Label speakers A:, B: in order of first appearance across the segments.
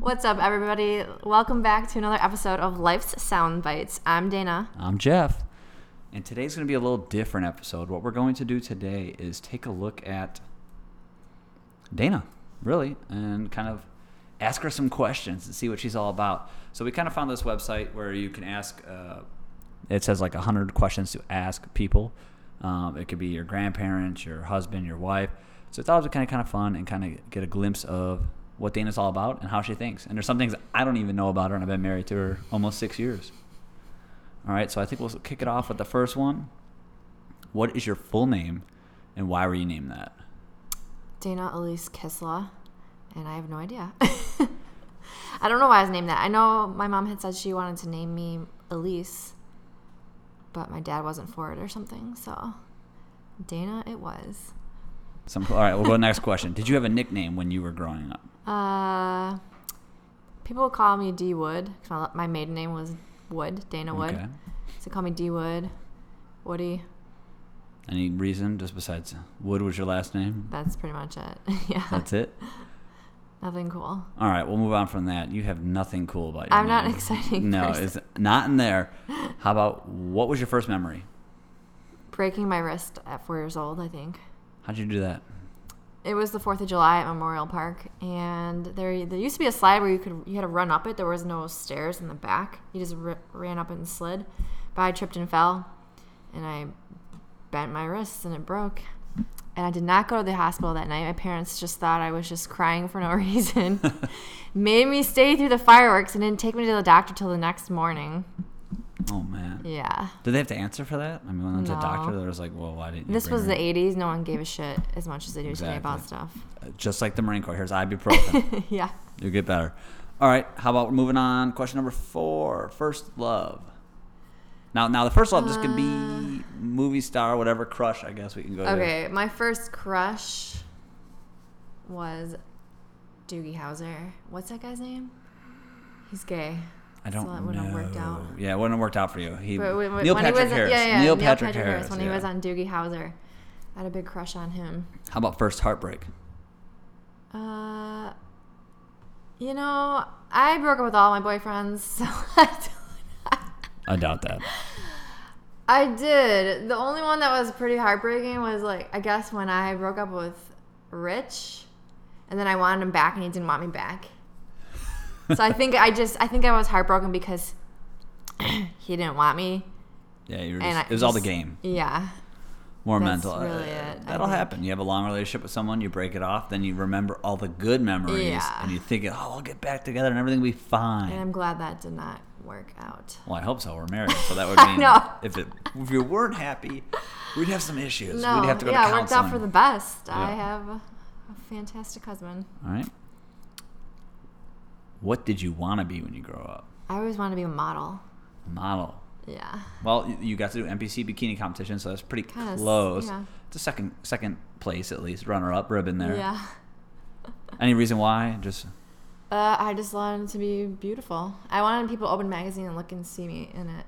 A: What's up, everybody? Welcome back to another episode of Life's Sound Bites. I'm Dana.
B: I'm Jeff. And today's going to be a little different episode. What we're going to do today is take a look at Dana, really, and kind of ask her some questions and see what she's all about. So we kind of found this website where you can ask, uh, it says like 100 questions to ask people. Um, it could be your grandparents, your husband, your wife. So I thought it was kind of, kind of fun and kind of get a glimpse of what Dana's all about and how she thinks. And there's some things I don't even know about her, and I've been married to her almost six years. All right, so I think we'll kick it off with the first one. What is your full name, and why were you named that?
A: Dana Elise Kisla, and I have no idea. I don't know why I was named that. I know my mom had said she wanted to name me Elise, but my dad wasn't for it or something, so Dana it was.
B: Some, all right, we'll go to the next question. Did you have a nickname when you were growing up?
A: Uh, people would call me D Wood 'cause my, my maiden name was Wood, Dana Wood.
B: Okay.
A: So they call me D Wood, Woody.
B: Any reason, just besides Wood was your last name?
A: That's pretty much it. yeah,
B: That's it.
A: nothing cool.
B: All right, we'll move on from that. You have nothing cool about your
A: I'm not
B: name.
A: an exciting
B: No,
A: person.
B: it's not in there. How about what was your first memory?
A: breaking my wrist at four years old, I think.
B: How'd you do that?
A: It was the Fourth of July at Memorial Park, and there there used to be a slide where you could you had to run up it. There was no stairs in the back. You just r- ran up it and slid. But I tripped and fell, and I bent my wrists and it broke. And I did not go to the hospital that night. My parents just thought I was just crying for no reason. Made me stay through the fireworks and didn't take me to the doctor till the next morning.
B: Oh man,
A: Yeah.
B: did they have to answer for that? I mean, when I went to the
A: No.
B: doctor, there was like, well, why didn't you
A: This
B: bring
A: was the
B: her
A: 80s. No one gave a shit as much as they do today about stuff.
B: in? just like the Marine Corps? Here's ibuprofen.
A: yeah.
B: You'll get better. All right. How about moving on? Question number four: First love. Now, now the first love just could be movie star, whatever crush. I guess we can go. there.
A: Uh. Okay, my first crush was Doogie Howser. What's that guy's name? He's gay.
B: I don't
A: So that
B: know.
A: wouldn't have worked out.
B: Yeah, it wouldn't have worked out for you. He,
A: But when- when
B: Neil
A: he
B: Patrick
A: was-
B: Harris.
A: Yeah, yeah,
B: Neil, Patrick, Harris.
A: when he
B: yeah.
A: was on Doogie Howser. I had a big crush on him.
B: How about first heartbreak?
A: Uh, you know, I broke up with all my boyfriends, so I don't.
B: I doubt that.
A: I did. The only one that was pretty heartbreaking was like I guess when I broke up with Rich, and then I wanted him back, and he didn't want me back. So I think I just I think I was heartbroken because he didn't want me.
B: Yeah, you were
A: And
B: just,
A: I
B: it was all the
A: just-
B: game.
A: Yeah,
B: More
A: That's
B: mental. Uh,
A: really it, I
B: That'll
A: think.
B: happen. You have a long relationship with someone, you break it off, then you remember all the good memories,
A: Yeah.
B: and you think, "Oh, I'll get back together, and everything will be fine."
A: and I'm glad that did not work out.
B: Well, I hope so. We're married, so that would
A: I
B: mean
A: know.
B: if it if you weren't happy, we'd have some issues.
A: No,
B: we'd have to go
A: yeah,
B: to
A: it worked
B: counseling.
A: out for the best. I
B: Yeah.
A: have a fantastic husband.
B: All right. What did you want to be when you grow up?
A: I always wanted to be a model.
B: A model.
A: Yeah,
B: Well, y- you got to do NPC bikini competition, so that's pretty
A: Kinda s-
B: close.
A: yeah.
B: It's a second second place at least, runner up ribbon there.
A: yeah.
B: Any reason why? Just
A: Uh, I just wanted to be beautiful. I wanted people to open magazine and look and see me in it,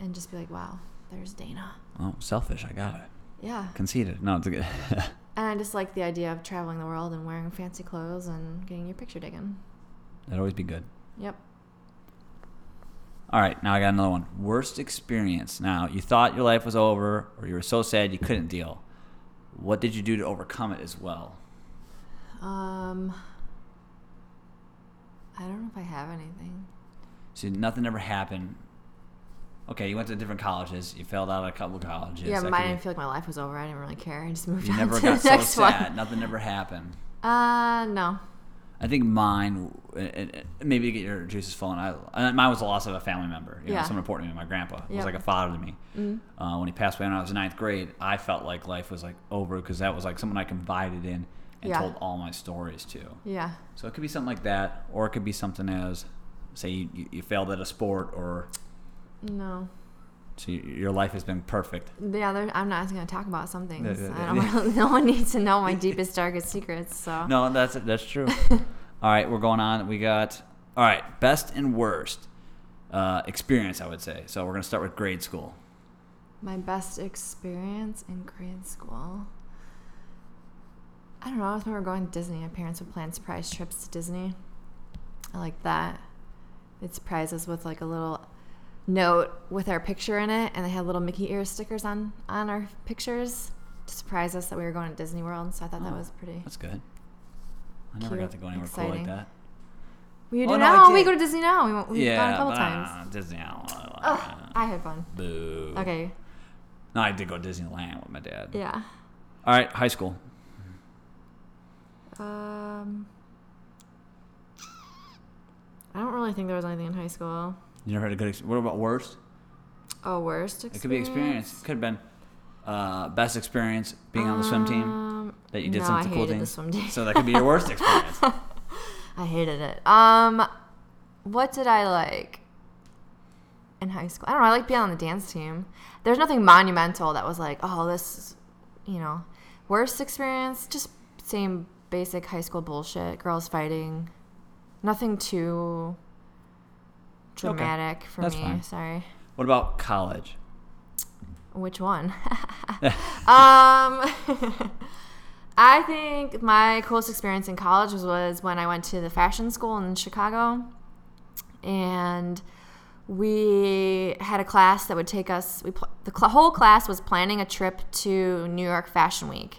A: and just be like, "Wow, there's Dana."
B: oh, selfish. I got it.
A: Yeah,
B: Conceited. No, it's good.
A: and I just like the idea of traveling the world and wearing fancy clothes and getting your picture taken.
B: That'd always be good.
A: Yep.
B: All right, now I got another one. Worst experience. Now, you thought your life was over or you were so sad you couldn't deal. What did you do to overcome it as well?
A: Um, I don't know if I have anything.
B: So nothing ever happened. Okay, you went to different colleges. You failed out of a couple colleges.
A: yeah,
B: That
A: mine. I
B: could
A: didn't
B: be-
A: feel like my life was over. I didn't really care. I just moved
B: You
A: on
B: never
A: to
B: got
A: the
B: so
A: next
B: sad. Nothing ever happened.
A: one. Uh, no.
B: I think mine, and- and- and maybe to get your juices flowing. I, and mine was the loss of a family member. You know,
A: Yeah. Mm-hmm.
B: someone important to me. My grandpa He
A: Yep.
B: was like a father to me. Uh, when he passed away when I was in ninth grade, I felt like life was like over because that was like someone I confided in and
A: Yeah.
B: told all my stories to.
A: Yeah.
B: So it could be something like that, or it could be something as, say, you, you- you failed at a sport, or
A: No.
B: so y your life has been perfect.
A: Yeah, there- I'm not going to talk about some things.
B: yeah,
A: I don't.
B: yeah.
A: Really, no one needs to know my deepest, darkest secrets. So.
B: No, that's that's true. all right, we're going on. We got all right. Best and worst uh, experience, I would say. So we're gonna start with grade school.
A: My best experience in grade school. I don't know. I always remember going to Disney. My parents would plan surprise trips to Disney. I like that. It surprised us with like a little note with our picture in it, and they had little Mickey ear stickers on on our pictures to surprise us that we were going to Disney World. So I thought that
B: Oh,
A: was pretty.
B: That's good. I never
A: Cute,
B: got to go anywhere cool
A: exciting.
B: like that.
A: We do
B: Oh, no, I
A: now. we
B: did.
A: go to Disney now. We, went- we've
B: yeah,
A: gone a couple
B: but,
A: times.
B: uh, Disney. I don't wanna-
A: Ugh, I had fun.
B: Boo.
A: Okay.
B: No, I did go to Disneyland with my dad.
A: Yeah.
B: All right, high school.
A: Um. I don't really think there was anything in high school.
B: You never had a good experience. What about worst?
A: Oh, worst experience.
B: It could be experience. Could have been uh, best experience being on the swim team
A: Um,
B: that you did
A: no,
B: some
A: I
B: cool
A: hated the
B: things.
A: swim team.
B: So that could be your worst experience.
A: I hated it. Um, what did I like in high school? I don't know. I like being on the dance team. There's nothing monumental that was like, oh, this, is, you know, worst experience. Just same basic high school bullshit. Girls fighting. Nothing too dramatic for
B: That's
A: me.
B: fine.
A: Sorry.
B: What about college?
A: Which one? um, I think my coolest experience in college was, was when I went to the fashion school in Chicago, and we had a class that would take us. We pl- the cl- whole class was planning a trip to New York Fashion Week,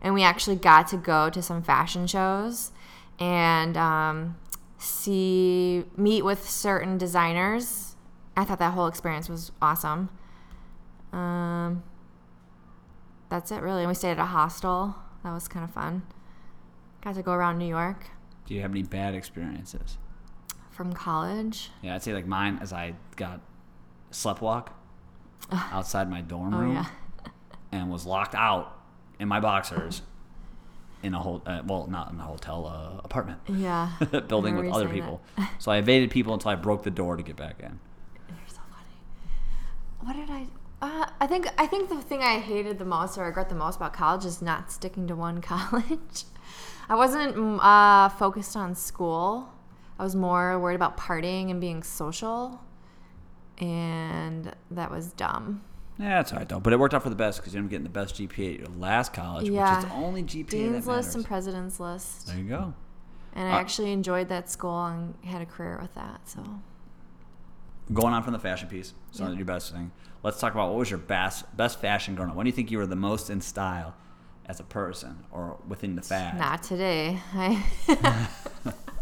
A: and we actually got to go to some fashion shows and um, see meet with certain designers. I thought that whole experience was awesome. Um, that's it, really. And we stayed at a hostel. That was kind of fun. Got to go around New York
B: Do you have any bad experiences?
A: from college.
B: Yeah, I'd say like mine as I got sleptwalk outside my dorm
A: Oh,
B: room
A: yeah.
B: and was locked out in my boxers in a whole uh, well not in a hotel uh, apartment
A: Yeah.
B: building
A: I remember
B: with
A: you
B: other
A: saying
B: people. so I evaded people until I broke the door to get back in.
A: that. You're so funny. What did I. Uh, I think I think the thing I hated the most or regret the most about college is not sticking to one college. I wasn't mm, uh, focused on school. I was more worried about partying and being social, and that was dumb.
B: Yeah, that's all right though. But it worked out for the best because you ended up getting the best GPA at your last college,
A: Yeah.
B: which is the only GPA
A: Dean's
B: that matters.
A: list and president's list.
B: there you go.
A: And
B: Uh,
A: I actually enjoyed that school and had a career with that. So
B: Going on from the fashion piece, so
A: Yeah.
B: your best thing. Let's talk about what was your best best fashion growing up. When do you think you were the most in style as a person or within the fad?
A: not today. I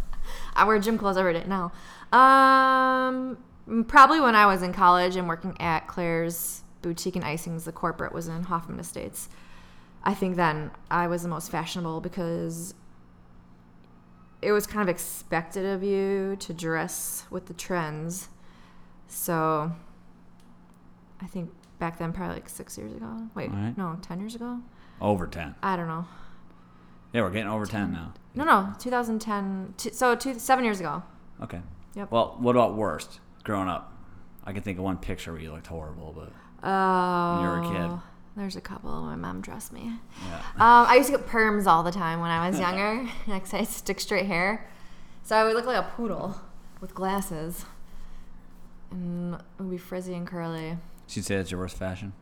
A: I wear gym clothes every day now. Um, probably when I was in college and working at Claire's boutique and icings, the corporate was in Hoffman Estates. I think then I was the most fashionable because it was kind of expected of you to dress with the trends. So I think back then, probably like six years ago. Wait,
B: Alright.
A: no, 10 years ago?
B: Over ten.
A: I don't know.
B: Yeah, we're getting over ten now.
A: No, no, 2010. T- so two, seven years ago.
B: Okay.
A: Yep.
B: Well, what about worst growing up? I can think of one picture where you looked horrible, but
A: Oh.
B: you were a kid.
A: There's a couple. My mom dressed me.
B: yeah.
A: Um, I used to get perms all the time when I was younger. Next, I had stick straight hair, so I would look like a poodle with glasses, and it would be frizzy and curly.
B: So you'd say that's your worst fashion?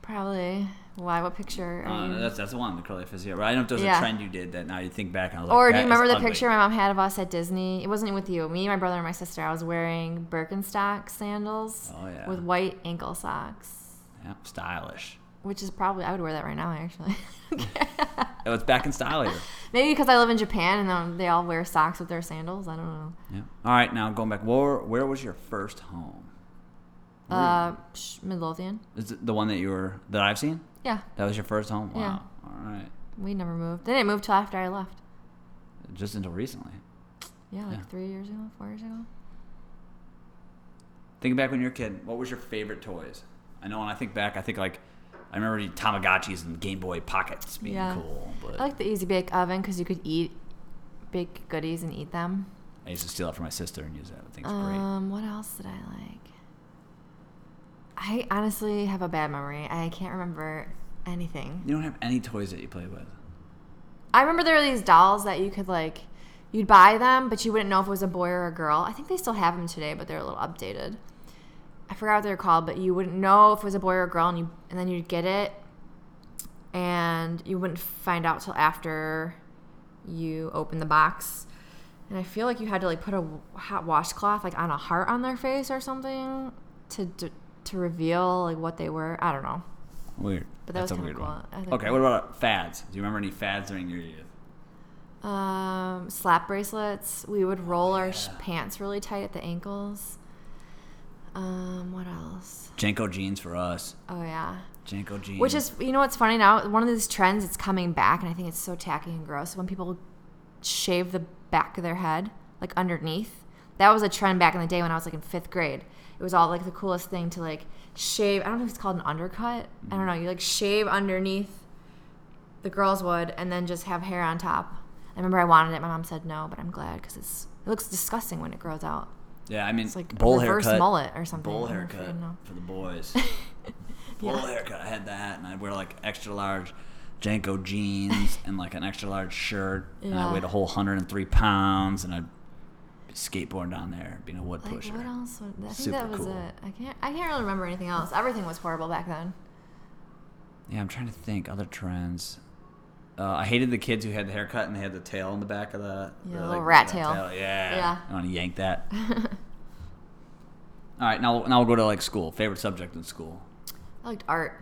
A: Probably. Why? What picture? Are
B: Uh,
A: you-
B: that's that's the one, the curly fizzy. But I don't know if there's a
A: Yeah.
B: trend you did that now you think back and I was like,
A: or do
B: "That
A: you remember
B: is
A: the
B: ugly."
A: picture my mom had of us at Disney? It wasn't with you, me, my brother, and my sister. I was wearing Birkenstock sandals
B: Oh yeah.
A: with white ankle socks.
B: yeah, stylish.
A: Which is probably I would wear that right now actually.
B: It was back in style here.
A: Maybe because I live in Japan and um, they all wear socks with their sandals. I don't know.
B: Yeah. All right, now going back, where where was your first home? Where-
A: Uh, psh, Midlothian.
B: is it the one that you were that I've seen?
A: Yeah,
B: That was your first home. Wow.
A: Yeah.
B: All right.
A: we never moved. They didn't move till after I left.
B: Just until recently.
A: Yeah, like
B: Yeah.
A: three years ago, four years ago.
B: Think back when you were a kid. What was your favorite toys? I know when I think back, I think like I remember the Tamagotchis and Game Boy Pockets being
A: Yeah.
B: cool, but
A: I like the easy bake oven because you could eat bake goodies and eat them.
B: I used to steal that from my sister and use that. I think it's great.
A: Um, what else did I like? I honestly have a bad memory. I can't remember anything.
B: You don't have any toys that you play with.
A: I remember there were these dolls that you could like, you'd buy them, but you wouldn't know if it was a boy or a girl. I think they still have them today, but they're a little updated. I forgot what they were called, but you wouldn't know if it was a boy or a girl, and you and then you'd get it, and you wouldn't find out till after you open the box. And I feel like you had to like put a w- hot washcloth like on a heart on their face or something to to, to reveal like what they were. I don't know.
B: Weird.
A: But that
B: That's
A: was
B: a
A: kinda
B: weird
A: cool.
B: one.
A: I think-
B: Okay, what about fads? Do you remember any fads during your youth?
A: Um, slap bracelets. We would roll our sh-
B: Yeah.
A: pants really tight at the ankles. Um, what else?
B: Janko jeans for us.
A: Oh yeah.
B: Janko jeans.
A: Which is, you know, what's funny now? One of these trends, it's coming back, and I think it's so tacky and gross. When people shave the back of their head, like underneath, that was a trend back in the day when I was like in fifth grade. It was all like the coolest thing to like shave. I don't know if it's called an undercut. I
B: Mm.
A: don't know. You like shave underneath the girls would, and then just have hair on top. I remember I wanted it. My mom said no, but I'm glad because it's it looks disgusting when it grows out.
B: yeah, I mean,
A: It's like
B: bowl
A: a reverse
B: haircut.
A: mullet or something.
B: Bowl
A: I don't know if you
B: haircut
A: know.
B: for the boys. bowl haircut. I had that, and I'd wear like extra large Janko jeans and like an extra large shirt, and I
A: Yeah.
B: weighed a whole 103 pounds, and I'd be skateboarding down there, being a wood
A: Like
B: pusher.
A: what else? would- I think
B: Super
A: that was
B: cool.
A: it. I can't. I can't really remember anything else. Everything was horrible back then.
B: Yeah, I'm trying to think other trends. Uh, I hated the kids who had the haircut and they had the tail in the back of the,
A: Yeah,
B: the,
A: the little rat
B: that
A: tail.
B: Yeah,
A: Yeah.
B: I want to yank that. All right, now now we'll go to like school. Favorite subject in school?
A: I liked art.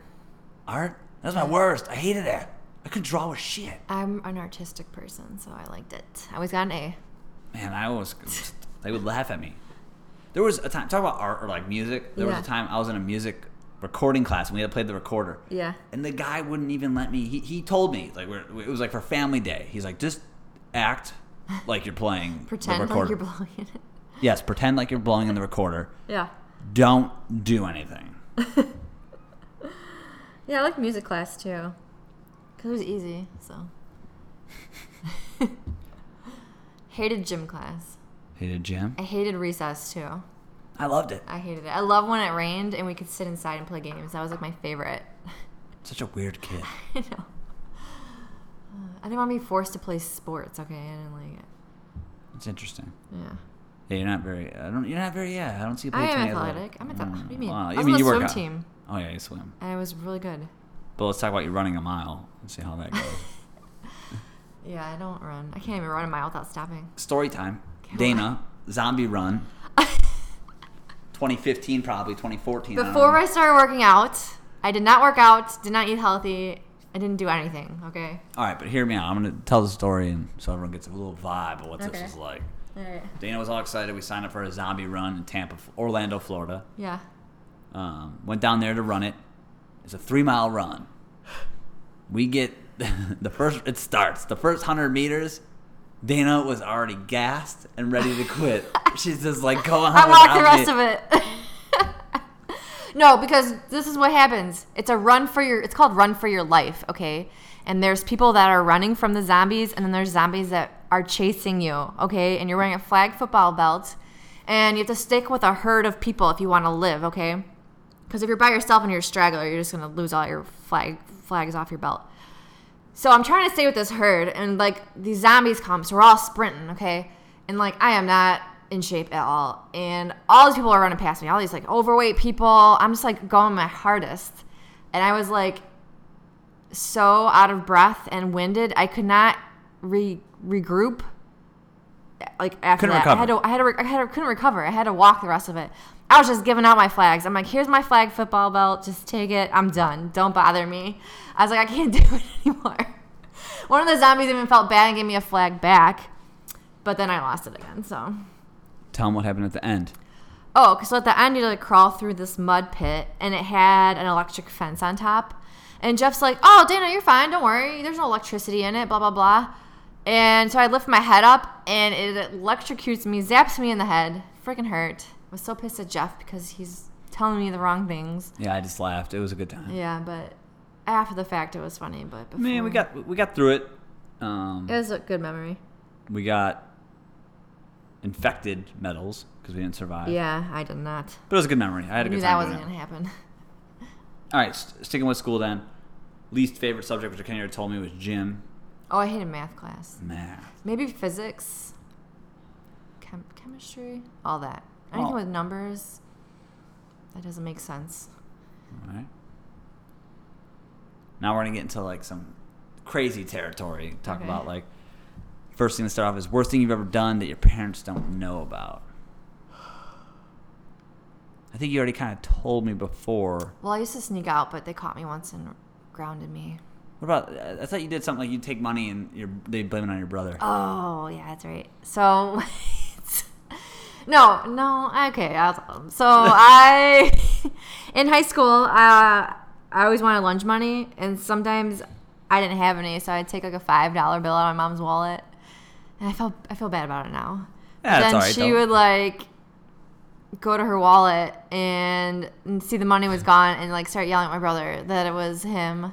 B: Art. That was my worst. I hated that. I couldn't draw with shit.
A: I'm an artistic person, so I liked it. I always got an A.
B: Man, I always they would laugh at me. There was a time talk about art or like music. There
A: Yeah.
B: was a time I was in a music recording class and we had to play the recorder.
A: Yeah.
B: And the guy wouldn't even let me. He, he told me like we're, it was like for family day. He's like just act like you're playing the
A: Pretend like
B: recorder.
A: you're blowing it.
B: yes, pretend like you're blowing in the recorder.
A: Yeah.
B: Don't do anything.
A: Yeah, I liked music class too, cause it was easy. So. hated gym class.
B: Hated gym.
A: I hated recess too.
B: I loved it.
A: I hated it. I love when it rained and we could sit inside and play games. That was like my favorite.
B: Such a weird kid.
A: I know. I didn't want to be forced to play sports. Okay, I didn't like it.
B: It's interesting.
A: Yeah.
B: Yeah, you're not very. I don't. You're not very. Yeah, I don't see. you
A: I
B: play
A: am
B: too many
A: athletic. I'm athletic. What do you mean?
B: Wow.
A: I
B: I
A: was
B: mean,
A: on
B: you
A: the
B: work
A: swim
B: out.
A: team.
B: Oh yeah, you swim.
A: And I was really good.
B: But let's talk about you running a mile and see how that goes.
A: Yeah, I don't run. I can't even run a mile without stopping.
B: Story time.
A: Okay.
B: Dana, zombie run. 2015 probably 2014. I don't
A: Before
B: know.
A: I started working out, I did not work out, did not eat healthy, I didn't do anything. Okay.
B: All right, but hear me out. I'm gonna tell the story and so everyone gets a little vibe of what
A: Okay.
B: this is like.
A: All right.
B: Dana was all excited. We signed up for a zombie run in Tampa, Orlando, Florida.
A: Yeah.
B: Um, went down there to run it. It's a three mile run. We get the first, it starts. The first 100 meters, Dana was already gassed and ready to quit. She's just like, go on.
A: I walked the
B: without
A: rest
B: me."
A: of it. no, because this is what happens. It's a run for your. It's called run for your life. Okay, and there's people that are running from the zombies, and then there's zombies that are chasing you. Okay, and you're wearing a flag football belt, and you have to stick with a herd of people if you want to live. Okay, because if you're by yourself and you're a straggler, you're just gonna lose all your flag flags off your belt. So I'm trying to stay with this herd, and like these zombies come, so we're all sprinting, okay? And like I am not in shape at all, and all these people are running past me, all these like overweight people. I'm just like going my hardest, and I was like so out of breath and winded, I could not re- regroup. Like after
B: Couldn't
A: that, I had to,
B: recover.
A: I had to, re- I had to, couldn't recover. I had to walk the rest of it. I was just giving out my flags. I'm like, here's my flag football belt. Just take it. I'm done. Don't bother me. I was like, I can't do it anymore. One of the zombies even felt bad and gave me a flag back, but then I lost it again. So,
B: Tell them what happened at the end.
A: oh, 'cause so at the end you had to like crawl through this mud pit, and it had an electric fence on top. And Jeff's like, "Oh, Dana, you're fine. Don't worry. There's no electricity in it. Blah blah blah." And so I lift my head up, and it electrocutes me, zaps me in the head. Freaking hurt. I was so pissed at Jeff because he's telling me the wrong things.
B: Yeah, I just laughed. It was a good time.
A: Yeah, but after the fact, it was funny. But before,
B: Man, we got we got through it. Um,
A: it was a good memory.
B: we got infected medals because we didn't survive.
A: Yeah, I did not.
B: But it was a good memory. I had
A: I
B: a
A: knew
B: good
A: that
B: time. doing
A: wasn't
B: it.
A: gonna happen.
B: All right, st- sticking with school then. Least favorite subject, which Kenny already told me, was gym.
A: Oh, I hated math class.
B: Math.
A: Maybe physics, chem- chemistry, all that. Anything
B: Oh.
A: with numbers that doesn't make sense.
B: All right. Now we're gonna get into like some crazy territory. Talk
A: Okay.
B: about like First thing to start off is worst thing you've ever done that your parents don't know about. I think you already kind of told me before.
A: Well, I used to sneak out, but they caught me once and grounded me.
B: What about? I I thought you did something like you take money and you're, they blame it on your brother.
A: Oh, yeah, that's right. So, no, no, okay, I'll tell them. So I, in high school, uh, I always wanted lunch money, and sometimes I didn't have any, so I'd take like a five dollar bill out of my mom's wallet, and I felt I feel bad about it now. But
B: Yeah, it's
A: then
B: all right,
A: she
B: though.
A: would like go to her wallet and, and see the money was gone, and like start yelling at my brother that it was him,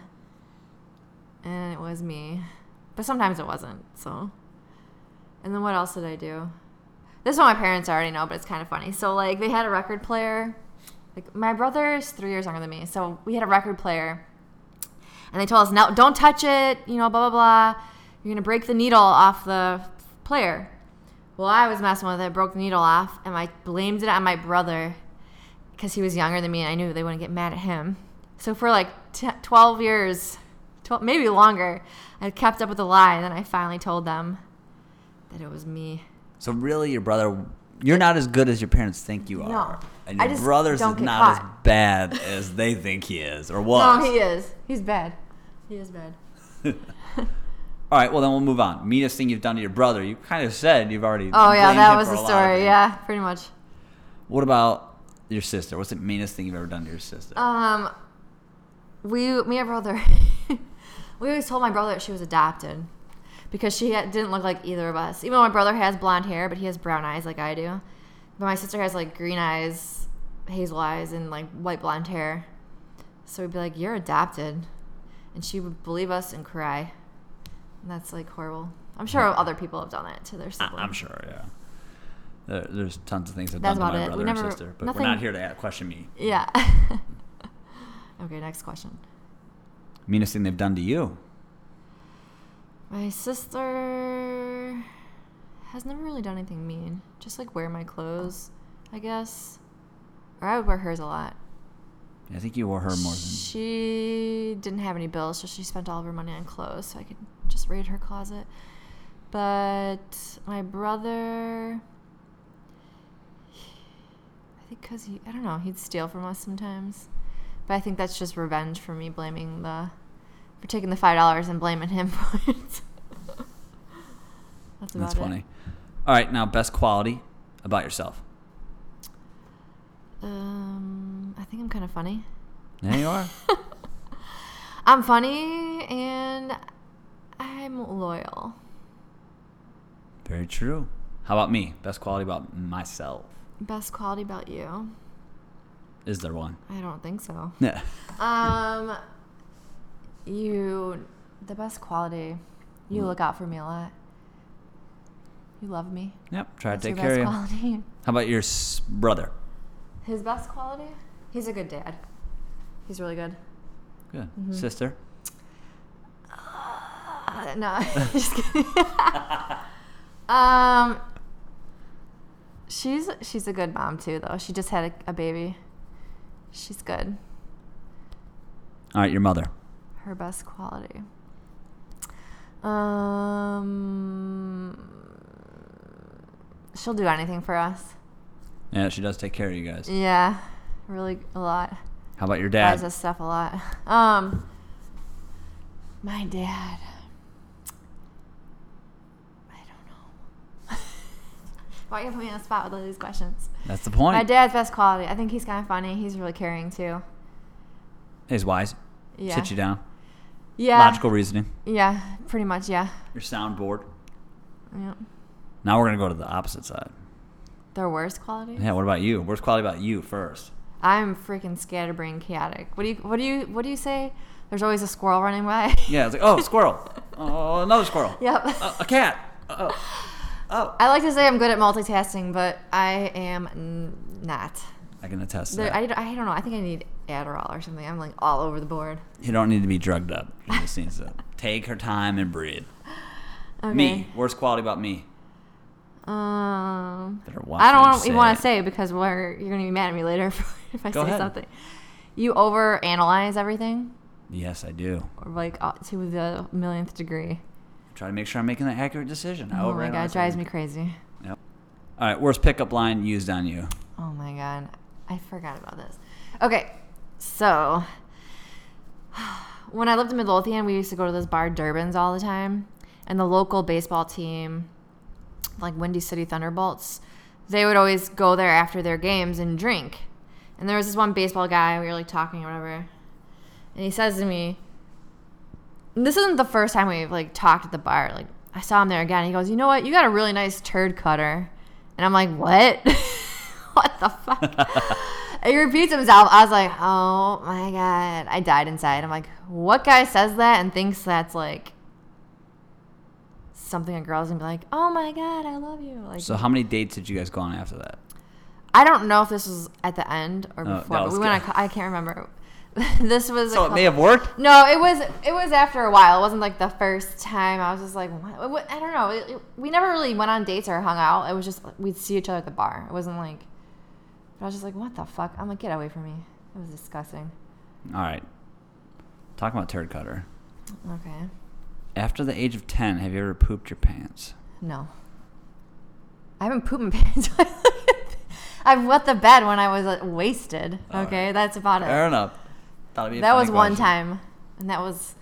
A: and it was me. But sometimes it wasn't. So, and then what else did I do? This one my parents already know, but it's kind of funny. So like they had a record player. Like my brother is three years younger than me, so we had a record player, and they told us no, don't touch it. You know, blah blah blah. You're gonna break the needle off the player. Well, I was messing with it, broke the needle off, and I blamed it on my brother because he was younger than me, and I knew they wouldn't get mad at him. So for like t- 12 years, 12, maybe longer, I kept up with the lie, and then I finally told them that it was me.
B: So really, your brother, you're not as good as your parents think you
A: No.
B: are, and
A: I
B: your
A: just
B: brother's
A: don't
B: is
A: get
B: not as
A: caught.
B: bad as they think he is or was.
A: No, Oh, he is. He's bad. He is bad.
B: All right, well then we'll move on. Meanest thing you've done to your brother? You kind of said you've already.
A: Oh, yeah,
B: blamed
A: that
B: him
A: was
B: for
A: the
B: a lot of
A: story.
B: things.
A: Yeah, pretty much.
B: What about your sister? What's the meanest thing you've ever done to your sister?
A: Um, we, me and brother, we always told my brother that she was adopted because she had, didn't look like either of us. Even though my brother has blonde hair, but he has brown eyes like I do. But my sister has like green eyes, hazel eyes, and like white blonde hair. So we'd be like, "You're adopted," and she would believe us and cry. And that's like horrible. I'm sure other people have done that to their
B: I-
A: siblings.
B: I'm sure, yeah. There, there's tons of things I've
A: That's
B: done to
A: about
B: my
A: it. We
B: brother
A: never-
B: and sister, but
A: nothing-
B: we're not here to a- question me.
A: Yeah. okay, next question.
B: Meanest thing they've done to you?
A: My sister has never really done anything mean. Just like wear my clothes, I guess. Or I would wear hers a lot.
B: I think you wore her more than.
A: She didn't have any bills, so she spent all of her money on clothes, so I could just raid her closet. But my brother, I think because he, I don't know, he'd steal from us sometimes. But I think that's just revenge for me blaming the, for taking the $5 and blaming him for it. that's about
B: That's
A: it.
B: funny. All right, now best quality about yourself.
A: Um, I think I'm kind of funny.
B: There you are.
A: I'm funny and I'm loyal.
B: Very true. How about me? Best quality about myself.
A: Best quality about you?
B: Is there one?
A: I don't think so.
B: Yeah.
A: Um, you, the best quality, you
B: Mm.
A: look out for me a lot. You love me.
B: Yep. Try to
A: That's your
B: take care of you.
A: best quality.
B: How about your s- brother?
A: His best quality? He's a good dad. He's really good.
B: Good.
A: Mm-hmm.
B: Sister?
A: Uh, no, just kidding. um, she's she's a good mom too, though. She just had a, a baby. She's good.
B: All right, your mother.
A: her best quality. Um, she'll do anything for us.
B: Yeah, she does take care of you guys.
A: Yeah, really a lot.
B: How about your
A: Buys
B: dad?
A: us stuff a lot. Um, my dad. I don't know. Why are you putting me on the spot with all these questions?
B: That's the point.
A: My dad's best quality. I think he's kind of funny. He's really caring too.
B: He's wise.
A: Yeah.
B: Sit you down.
A: Yeah.
B: Logical reasoning.
A: Yeah. Pretty much. Yeah.
B: Your soundboard.
A: Yeah.
B: Now we're gonna go to the opposite side.
A: Their worst quality.
B: Yeah. What about you? Worst quality about you first?
A: I'm freaking scatterbrained, chaotic. What do you what do you what do you say? There's always a squirrel running by.
B: Yeah. It's like oh squirrel. Oh another squirrel.
A: Yep.
B: Uh, a cat. Oh. Oh.
A: I like to say I'm good at multitasking, but I am n- not.
B: I can attest to
A: There,
B: that.
A: I, I don't know. I think I need Adderall or something. I'm like all over the board.
B: You don't need to be drugged up. She just needs to take her time and breathe.
A: Okay.
B: Me. Worst quality about me.
A: Um.
B: Better watch
A: I
B: what
A: don't
B: you
A: want, even want
B: say.
A: to say it because we're, you're gonna be mad at me later if, I
B: Go
A: say
B: ahead.
A: something. You overanalyze everything,
B: Yes, I do.
A: or like uh, to the millionth degree.
B: Try to make sure I'm making an accurate decision.
A: oh
B: however
A: my
B: I
A: god,
B: was
A: it drives me
B: thinking.
A: crazy.
B: Yep. All right, worst pickup line used on you.
A: Oh my god, I forgot about this. Okay, so when I lived in Midlothian, we used to go to this bar Durbin's all the time, and the local baseball team, like Windy City Thunderbolts, they would always go there after their games and drink. And there was this one baseball guy we were like talking or whatever, and he says to me, and "This isn't the first time we've like talked at the bar. Like I saw him there again. He goes, "You know what? You got a really nice turd cutter," and I'm like, "What? what the fuck?" he repeats himself. I was like, "Oh my god!" I died inside. I'm like, "What guy says that and thinks that's like something a girl's gonna be like? Oh my god, I love you!" Like,
B: So how many dates did you guys go on after that?
A: I don't know if this was at the end or
B: Oh,
A: before,
B: that
A: but
B: was
A: we went. on
B: good.
A: a co- I can't remember. this was a
B: So it
A: couple-
B: may have worked.
A: no, it was it was after a while. It wasn't like the first time. I was just like, what? what- I don't know. It- it- we never really went on dates or hung out. It was just we'd see each other at the bar. It wasn't like. But I was just like, what the fuck? I'm like, get away from me. It was disgusting.
B: All right. Talking about turd cutter.
A: Okay.
B: After the age of 10, have you ever pooped your pants?
A: No. I haven't pooped my pants. I've wet the bed when I was like, wasted.
B: All
A: okay,
B: right.
A: that's about it.
B: Fair enough. That'd be a
A: That
B: funny
A: was one
B: question.
A: time, and that was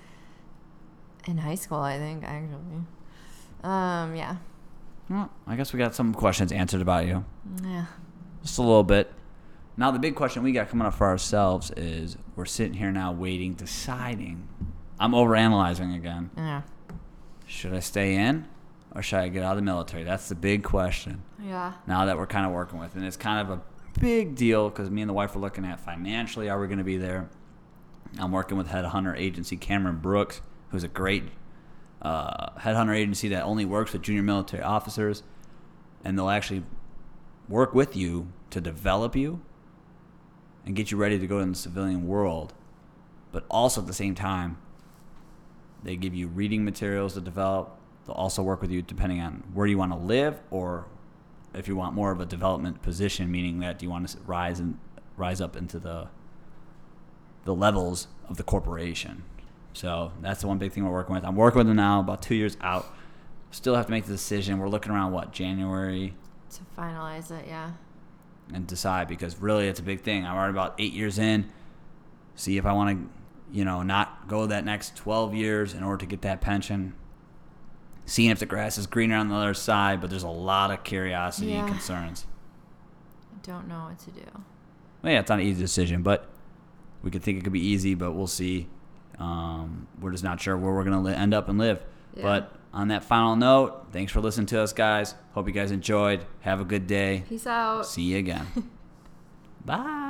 A: in high school, I think. Actually, um, yeah,
B: Well, I guess we got some questions answered about you.
A: yeah.
B: Just a little bit. Now, the big question we got coming up for ourselves is we're sitting here now waiting, deciding. I'm overanalyzing again.
A: Yeah.
B: Should I stay in or should I get out of the military? That's the big question.
A: Yeah.
B: now that we're kind of working with. And it's kind of a big deal because me and the wife are looking at financially, are we going to be there? I'm working with headhunter agency Cameron Brooks, who's a great uh, headhunter agency that only works with junior military officers. And they'll actually work with you to develop you and get you ready to go in the civilian world. But also at the same time, they give you reading materials to develop. They'll also work with you depending on where you want to live or if you want more of a development position, meaning that you want to s- rise and rise up into the the levels of the corporation. So that's the one big thing we're working with. I'm working with them now, about two years out. Still have to make the decision. We're looking around what January
A: To finalize it, yeah.
B: and decide because really it's a big thing. I'm already about eight years in. See if I want to, you know, not go that next 12 years in order to get that pension. Seeing if the grass is greener on the other side, but there's a lot of curiosity and
A: Yeah.
B: concerns.
A: I don't know what to do.
B: Well, yeah, it's not an easy decision, but we could think it could be easy, but we'll see. Um, we're just not sure where we're going to li- end up and live.
A: Yeah.
B: But on that final note, thanks for listening to us, guys. Hope you guys enjoyed. Have a good day.
A: Peace out.
B: See you again. Bye.